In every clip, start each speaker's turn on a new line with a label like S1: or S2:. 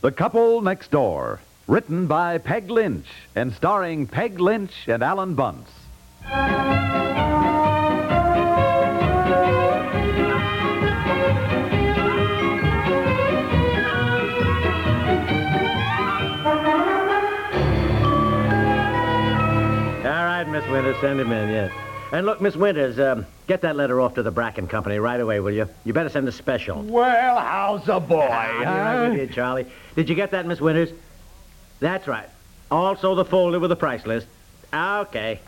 S1: The Couple Next Door, written by Peg Lynch and starring Peg Lynch and Alan Bunce.
S2: All right, Miss Winters, send him in, yes. And look, Miss Winters, um, get that letter off to the Bracken Company right away, will you? You better send a special.
S3: Well, how's a boy,
S2: I'll be right with you, Charlie. Did you get that, Miss Winters? That's right. Also the folder with the price list. Okay.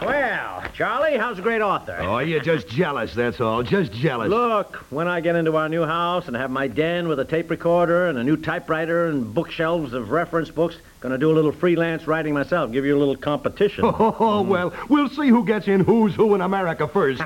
S2: Well, Charlie, how's the great author?
S3: Oh, you're just jealous, that's all. Just jealous.
S2: Look, when I get into our new house and have my den with a tape recorder and a new typewriter and bookshelves of reference books, gonna do a little freelance writing myself, give you a little competition.
S3: Oh, well, we'll see who gets in who's who in America first.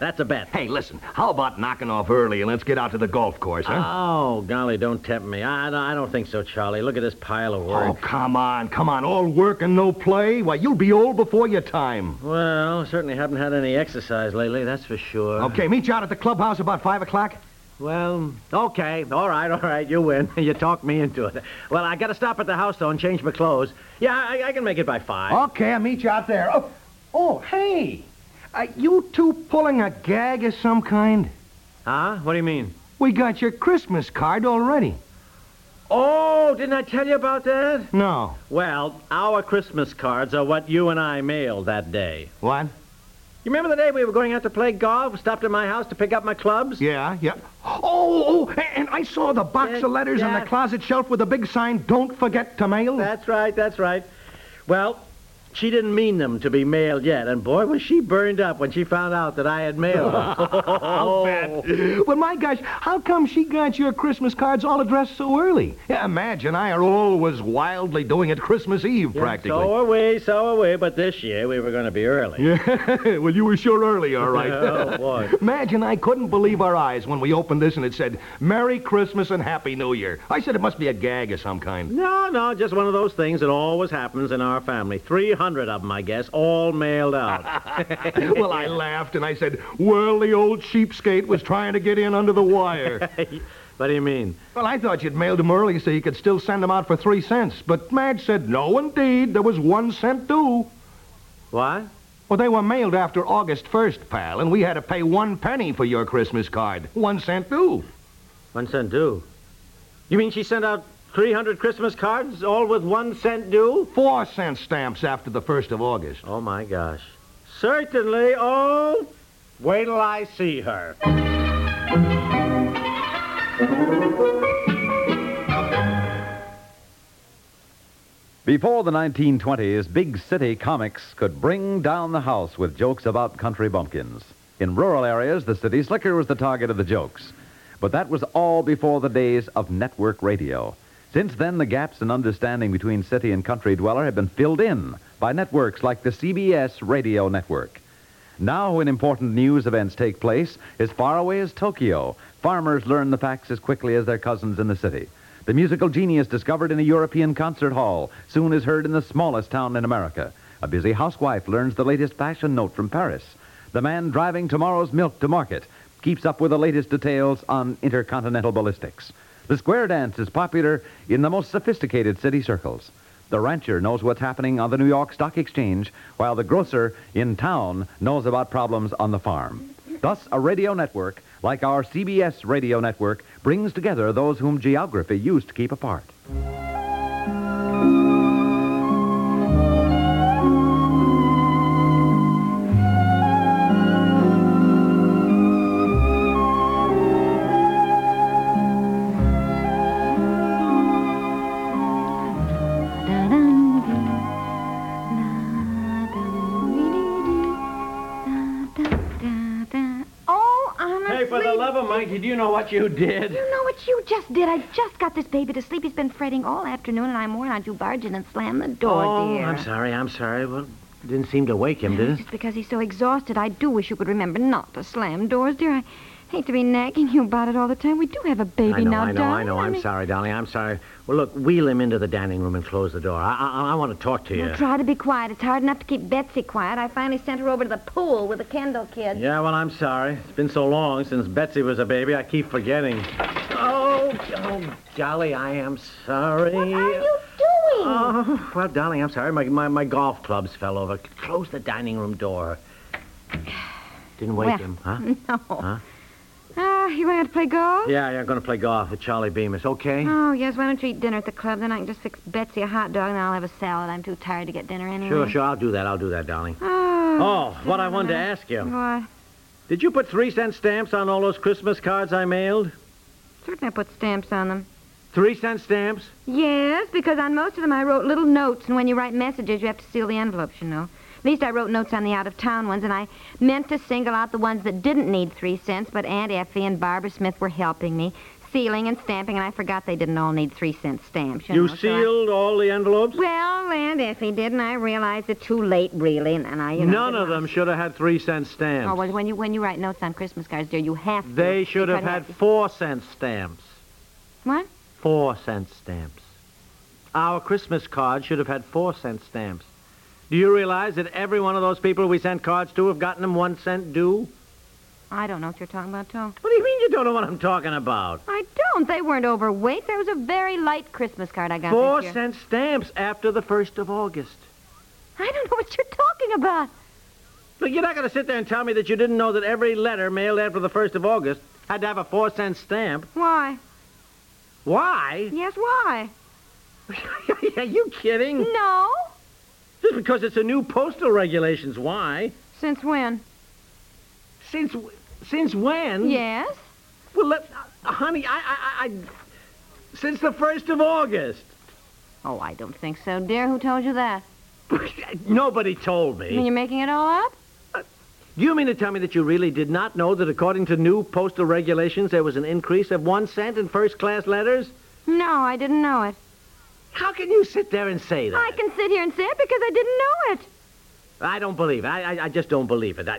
S2: That's a bet.
S3: hey, listen, how about knocking off early and let's get out to the golf course, huh?
S2: Oh, golly, don't tempt me. I, I don't think so, Charlie. Look at this pile of work.
S3: oh, come on, come on. All work and no play? Why, you'll be old before your time.
S2: Well, certainly haven't had any exercise lately, that's for sure.
S3: Okay, meet you out at the clubhouse about 5 o'clock.
S2: Well, okay. All right, all right. You win. You talked me into it. Well, I gotta stop at the house, though, and change my clothes. Yeah, I, I can make it by five.
S3: Okay, I'll meet you out there. Oh, oh hey. Are you two pulling a gag of some kind?
S2: Huh? What do you mean?
S3: We got your Christmas card already.
S2: Oh, didn't I tell you about that?
S3: No.
S2: Well, our Christmas cards are what you and I mailed that day.
S3: What?
S2: You remember the day we were going out to play golf, stopped at my house to pick up my clubs?
S3: Yeah, yeah. Oh, oh, a- and I saw the box
S2: Yeah,
S3: of letters on
S2: yeah.
S3: the closet shelf with the big sign, Don't Forget to Mail.
S2: That's right, that's right. Well, she didn't mean them to be mailed yet, and boy, was she burned up when she found out that I had mailed them. I'll
S3: Well, my gosh, how come she got your Christmas cards all addressed so early? Yeah, imagine I are always wildly doing it Christmas Eve,
S2: So
S3: practically.
S2: are we, so are we, but this year we were going to be early.
S3: Yeah, well, you were sure early, all right.
S2: Oh, boy.
S3: Imagine I couldn't believe our eyes when we opened this and it said, Merry Christmas and Happy New Year. I said it must be a gag of some kind.
S2: No, no, just one of those things that always happens in our family. 300 of them, I guess, all mailed out.
S3: well, I laughed and I said, Well, the old cheapskate was trying to get in under the wire.
S2: what do you mean?
S3: well, I thought you'd mailed them early so you could still send them out for three cents. But Madge said, No, indeed. There was one cent due.
S2: What?
S3: Well, they were mailed after August 1st, pal, and we had to pay one penny for your Christmas card. One cent due.
S2: One cent due. You mean she sent out 300 Christmas cards, all with one cent due?
S3: Four cent stamps after the 1st of August.
S2: Oh, my gosh. Certainly. Oh, wait till I see her.
S1: Before the 1920s, big city comics could bring down the house with jokes about country bumpkins. In rural areas, the city slicker was the target of the jokes. But that was all before the days of network radio. Since then, the gaps in understanding between city and country dweller have been filled in by networks like the CBS radio network. Now, when important news events take place, as far away as Tokyo, farmers learn the facts as quickly as their cousins in the city. The musical genius discovered in a European concert hall soon is heard in the smallest town in America. A busy housewife learns the latest fashion note from Paris. The man driving tomorrow's milk to market keeps up with the latest details on intercontinental ballistics. The square dance is popular in the most sophisticated city circles. The rancher knows what's happening on the New York Stock Exchange, while the grocer in town knows about problems on the farm. Thus, a radio network, like our CBS radio network, brings together those whom geography used to keep apart.
S4: Oh, honestly.
S2: Hey, for the love of Mikey, do you know what you did?
S4: You know what you just did? I just got this baby to sleep. He's been fretting all afternoon, and I'm worried I'd do barge in and slam the door,
S2: oh,
S4: dear.
S2: I'm sorry, I'm sorry. Well, didn't seem to wake him, did it?
S4: Just because he's so exhausted, I do wish you could remember not to slam doors, dear. I hate to be nagging you about it all the time. We do have a baby
S2: I know,
S4: now,
S2: I know, I
S4: darling.
S2: know. I'm
S4: mean,
S2: sorry, darling. I'm sorry. Well, look, wheel him into the dining room and close the door. I, I, I want to talk to you.
S4: Now, try to be quiet. It's hard enough to keep Betsy quiet. I finally sent her over to the pool with the Kendall kid.
S2: Yeah, well, I'm sorry. It's been so long since Betsy was a baby, I keep forgetting. Oh, Oh, Dolly, I am sorry.
S5: What are you doing?
S2: Oh, well, Dolly, I'm sorry. My, my, my golf clubs fell over. Close the dining room door. Didn't wake
S4: Well,
S2: him, huh?
S4: No. Oh. Ah, you want to play golf?
S2: Yeah, yeah, I'm going to play golf with Charlie Bemis, okay?
S4: Oh, yes. Why don't you eat dinner at the club? Then I can just fix Betsy a hot dog and I'll have a salad. I'm too tired to get dinner anyway.
S2: Sure, sure, I'll do that. I'll do that, darling.
S4: Oh,
S2: Oh, what I wanted to ask you.
S4: What?
S2: Did you put three cent stamps on all those Christmas cards I mailed?
S4: Certainly I put stamps on them.
S2: Three cent stamps?
S4: Yes, because on most of them I wrote little notes, and when you write messages, you have to seal the envelopes, you know. At least I wrote notes on the out-of-town ones, and I meant to single out the ones that didn't need three cents, but Aunt Effie and Barbara Smith were helping me, sealing and stamping, and I forgot they didn't all need three cent stamps. You,
S2: You
S4: know, so I-
S2: sealed all the envelopes?
S4: Well, Aunt Effie did, and I realized it too late, really, and, and I... You know,
S2: None
S4: didn't
S2: of
S4: wanna-
S2: them should have had three cent
S4: Oh,
S2: stamps.
S4: well, when you, when you write notes on Christmas cards, dear, you have to.
S2: They
S4: You
S2: should have
S4: couldn't
S2: had four cent stamps.
S4: What?
S2: Four cent stamps. Our Christmas cards should have had four cent stamps. Do you realize that every one of those people we sent cards to have gotten them one cent due?
S4: I don't know what you're talking about, Tom.
S2: What do you mean you don't know what I'm talking about?
S4: I don't. They weren't overweight. There was a very light Christmas card I got
S2: Four
S4: this year.
S2: cent stamps after the 1st of August.
S4: I don't know what you're talking about.
S2: Look, you're not going to sit there and tell me that you didn't know that every letter mailed after the 1st of August had to have a four cent stamp.
S4: Why?
S2: Why?
S4: Yes, why?
S2: Are you kidding?
S4: No.
S2: Just because it's a new postal regulations, why?
S4: Since when?
S2: Since w- since when?
S4: Yes.
S2: Well, let, uh, honey, I, I, I, I, since the first of August.
S4: Oh, I don't think so, dear. Who told you that?
S2: Nobody told
S4: You mean
S2: me.
S4: you're making it all up?
S2: Do you mean to tell me that you really did not know that according to new postal regulations there was an increase of one cent in first class letters?
S4: No, I didn't know it.
S2: How can you sit there and say that?
S4: I can sit here and say it because I didn't know it.
S2: I don't believe it. I, I, I just don't believe it. I,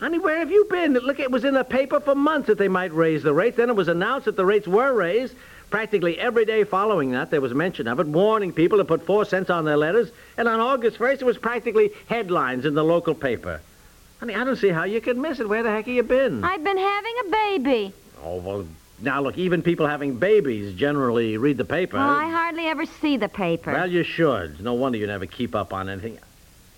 S2: honey, where have you been? Look, it was in the paper for months that they might raise the rates. Then it was announced that the rates were raised. Practically every day following that, there was mention of it, warning people to put four cents on their letters. And on August 1st, it was practically headlines in the local paper. Honey, I don't see how you could miss it. Where the heck have you been?
S4: I've been having a baby.
S2: Oh, well, now look, even people having babies generally read the paper.
S4: Well, I hardly ever see the paper.
S2: Well, you should. No wonder you never keep up on anything.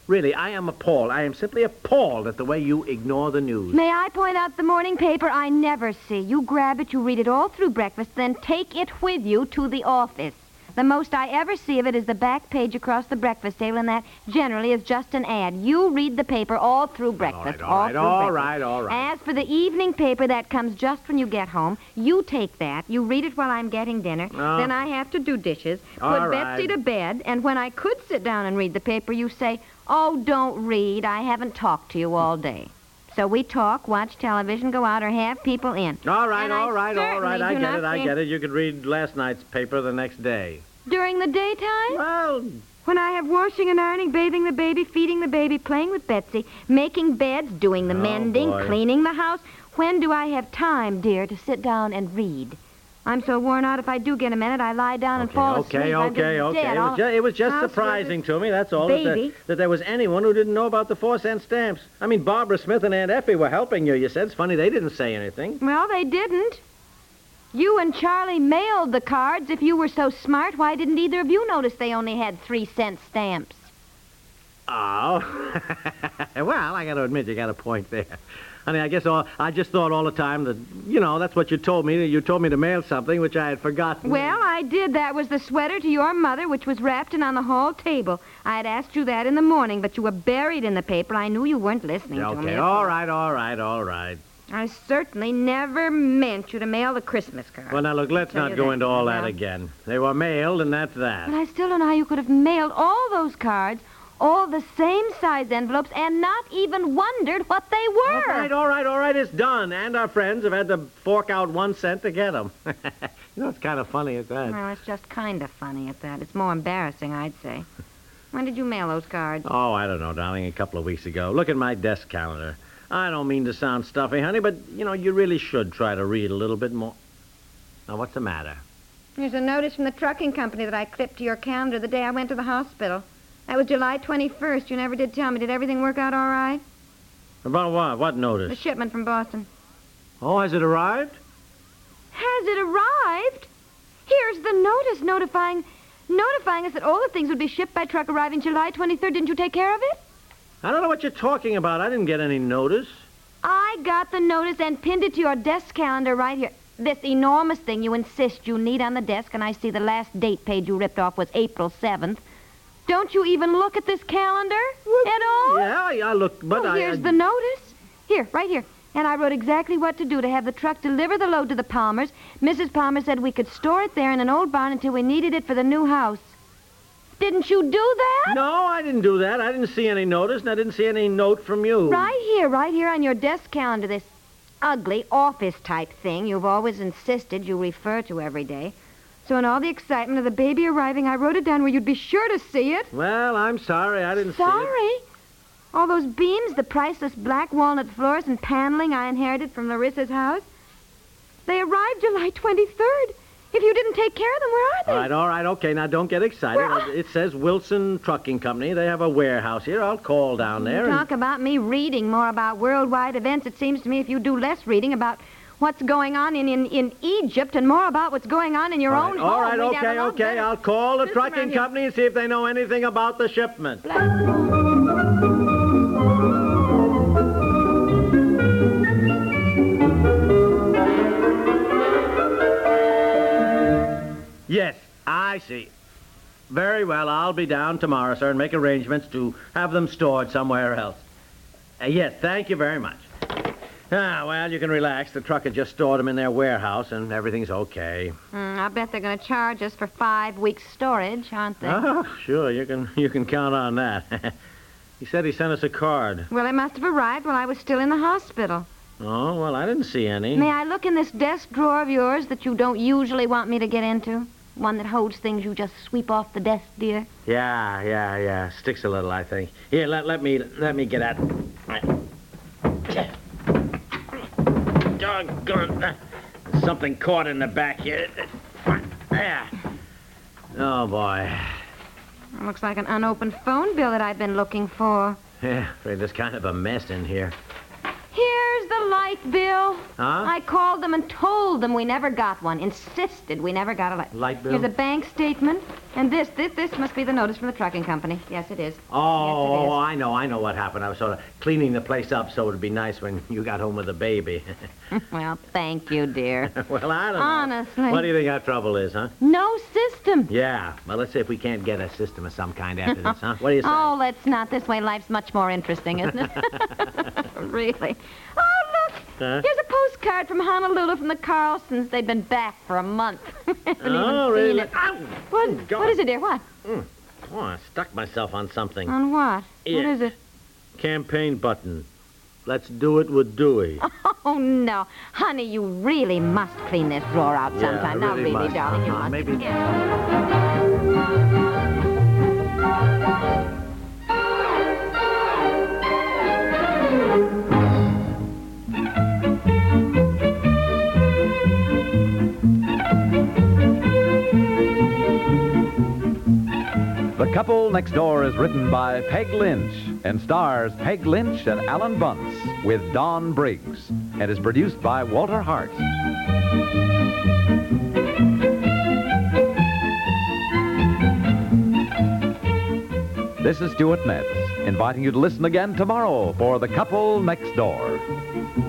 S2: Really, I am appalled. I am simply appalled at the way you ignore the news.
S4: May I point out the morning paper I never see? You grab it, you read it all through breakfast, then take it with you to the office. The most I ever see of it is the back page across the breakfast table, and that generally is just an ad. You read the paper all through breakfast.
S2: all right,
S4: through
S2: all
S4: breakfast.
S2: right, all right.
S4: As for the evening paper, that comes just when you get home. You take that, you read it while I'm getting dinner,
S2: Oh.
S4: then I have to do dishes, put
S2: All right.
S4: Betsy to bed, and when I could sit down and read the paper, you say, Oh, don't read. I haven't talked to you all day. So we talk, watch television, go out, or have people in.
S2: All right,
S4: And I
S2: all right, all right.
S4: certainly
S2: I
S4: do
S2: get
S4: not
S2: it, I
S4: see-
S2: get it. You could read last night's paper the next day.
S4: During the daytime?
S2: Well,
S4: When I have washing and ironing, bathing the baby, feeding the baby, playing with Betsy, making beds, doing the
S2: Oh,
S4: mending,
S2: boy.
S4: cleaning the house. When do I have time, dear, to sit down and read? I'm so worn out if I do get a minute, I lie down and
S2: okay,
S4: fall
S2: okay,
S4: asleep. I'm just
S2: okay, okay.
S4: dead.
S2: It
S4: All-
S2: was, ju- it was just
S4: housework is-
S2: surprising to me, that's all, that there,
S4: Baby.
S2: that there was anyone who didn't know about the four cent stamps. I mean, Barbara Smith and Aunt Effie were helping you, you said. It's funny they didn't say anything.
S4: Well, they didn't. You and Charlie mailed the cards. If you were so smart, why didn't either of you notice they only had three cent stamps?
S2: Oh. well, I got to admit, you got a point there. I mean, I guess all, I just thought all the time that, you know, that's what you told me. that You told me to mail something, which I had forgotten.
S4: Well, I did. That was the sweater to your mother, which was wrapped and on the hall table. I had asked you that in the morning, but you were buried in the paper. I knew you weren't listening to me.
S2: Okay, all right, all right, all right.
S4: I certainly never meant you to mail the Christmas card.
S2: Well, now, look, let's
S4: Tell
S2: not
S4: you
S2: go
S4: that,
S2: into all that
S4: Mel.
S2: again. They were mailed, and that's
S4: But
S2: that.
S4: I still don't know how you could have mailed all those cards, all the same size envelopes, and not even wondered what they
S2: All
S4: were.
S2: right, all right, all right, it's done. And our friends have had to fork out one cent to get them. you know, it's kind of funny at that.
S4: Well, it's just kind of funny at that. It's more embarrassing, I'd say. When did you mail those cards?
S2: Oh, I don't know, darling, a couple of weeks ago. Look at my desk calendar. I don't mean to sound stuffy, honey, but, you know, you really should try to read a little bit more. Now, what's the matter?
S4: There's a notice from the trucking company that I clipped to your calendar the day I went to the hospital. That was July 21st. You never did tell me. Did everything work out all right?
S2: About what? What
S4: The
S2: notice?
S4: shipment from Boston.
S2: Oh, has it arrived?
S4: Has it arrived? notice notifying notifying us that all the things would be shipped by truck arriving July 23rd. Didn't you take care of it?
S2: I don't know what you're talking about. I didn't get any notice.
S4: I got the notice and pinned it to your desk calendar right here. This enormous thing you insist you need on the desk, and I see the last date page you ripped off was April 7th. Don't you even look at this calendar at all?
S2: Yeah, I, I looked, but
S4: oh,
S2: I.
S4: here's
S2: I-
S4: the notice. Here, right here. And I wrote exactly what to do to have the truck deliver the load to the Palmers. Mrs. Palmer said we could store it there in an old barn until we needed it for the new house. Didn't you do that?
S2: No, I didn't do that. I didn't see any notice, and I didn't see any note from you.
S4: Right here, right here on your desk calendar, this ugly office type thing you've always insisted you refer to every day. So, in all the excitement of the baby arriving, I wrote it down where you'd be sure to see it.
S2: Well, I'm sorry. I didn't see it.
S4: Sorry. All those beams, the priceless black walnut floors and paneling I inherited from Larissa's house, they arrived July 23rd. If you didn't take care of them, where are they?
S2: All right, all right, okay. Now don't get excited.
S4: Well-
S2: It says Wilson Trucking Company. They have a warehouse here. I'll call down there.
S4: You
S2: and-
S4: talk about me reading more about worldwide events. It seems to me if you do less reading about what's going on in, in, in Egypt and more about what's going on in your
S2: All
S4: own
S2: right, all
S4: home,
S2: right,
S4: we'd have a
S2: okay,
S4: lot
S2: okay.
S4: better-
S2: I'll call the
S4: system around
S2: trucking
S4: here.
S2: company and see if they know anything about the shipment. Yes, I see. Very well, I'll be down tomorrow, sir, and make arrangements to have them stored somewhere else. Uh, yes, thank you very much. Ah, well, you can relax. The trucker just stored them in their warehouse, and everything's okay.
S4: Mm, I bet they're going to charge us for five weeks' storage, aren't they?
S2: Oh, sure, you can you can count on that. he said he sent us a card.
S4: Well, it must have arrived while I was still in the hospital.
S2: Oh, well, I didn't see any.
S4: May I look in this desk drawer of yours that you don't usually want me to get into? One that holds things you just sweep off the desk, dear.
S2: Yeah, yeah, yeah. Sticks a little, I think. Here, let, let me let me get at. Doggone! uh, Something caught in the back here. There. Oh boy.
S4: It looks like an unopened phone bill that I've been looking for.
S2: Yeah, afraid there's kind of a mess in here.
S4: Here's the light bill.
S2: Huh?
S4: I called them and told them we never got one. Insisted we never got a light.
S2: Light bill?
S4: Here's a bank statement, and this, this, this must be the notice from the trucking company. Yes, it is.
S2: Oh,
S4: Yes, it is.
S2: I know, I know what happened. I was sort of cleaning the place up so it'd be nice when you got home with the baby.
S4: Well, thank you, dear.
S2: well, I don't know.
S4: Honestly.
S2: What do you think our trouble is, huh?
S4: No system.
S2: Yeah. Well, let's see if we can't get a system of some kind after this, huh? What do you say?
S4: Oh, let's not. This way, life's much more interesting, isn't it? really. Oh, look.
S2: Huh?
S4: Here's a postcard from Honolulu from the Carlsons. They've been back for a month. Haven't even
S2: oh,
S4: seen
S2: really?
S4: it.
S2: Ow!
S4: What,
S2: Oh, God.
S4: what is it, Uh. dear? What?
S2: Oh, I stuck myself on something.
S4: On what?
S2: It.
S4: What is it?
S2: Campaign button. Let's do it with Dewey.
S4: Oh, no. Honey, you really must clean this drawer out
S2: Yeah,
S4: sometime.
S2: I
S4: now,
S2: really
S4: really,
S2: must.
S4: darling, you
S2: Uh-huh,
S4: must.
S2: maybe-
S4: Yeah.
S1: The Couple Next Door is written by Peg Lynch and stars Peg Lynch and Alan Bunce with Don Briggs and is produced by Walter Hart. This is Stuart Metz, inviting you to listen again tomorrow for The Couple Next Door.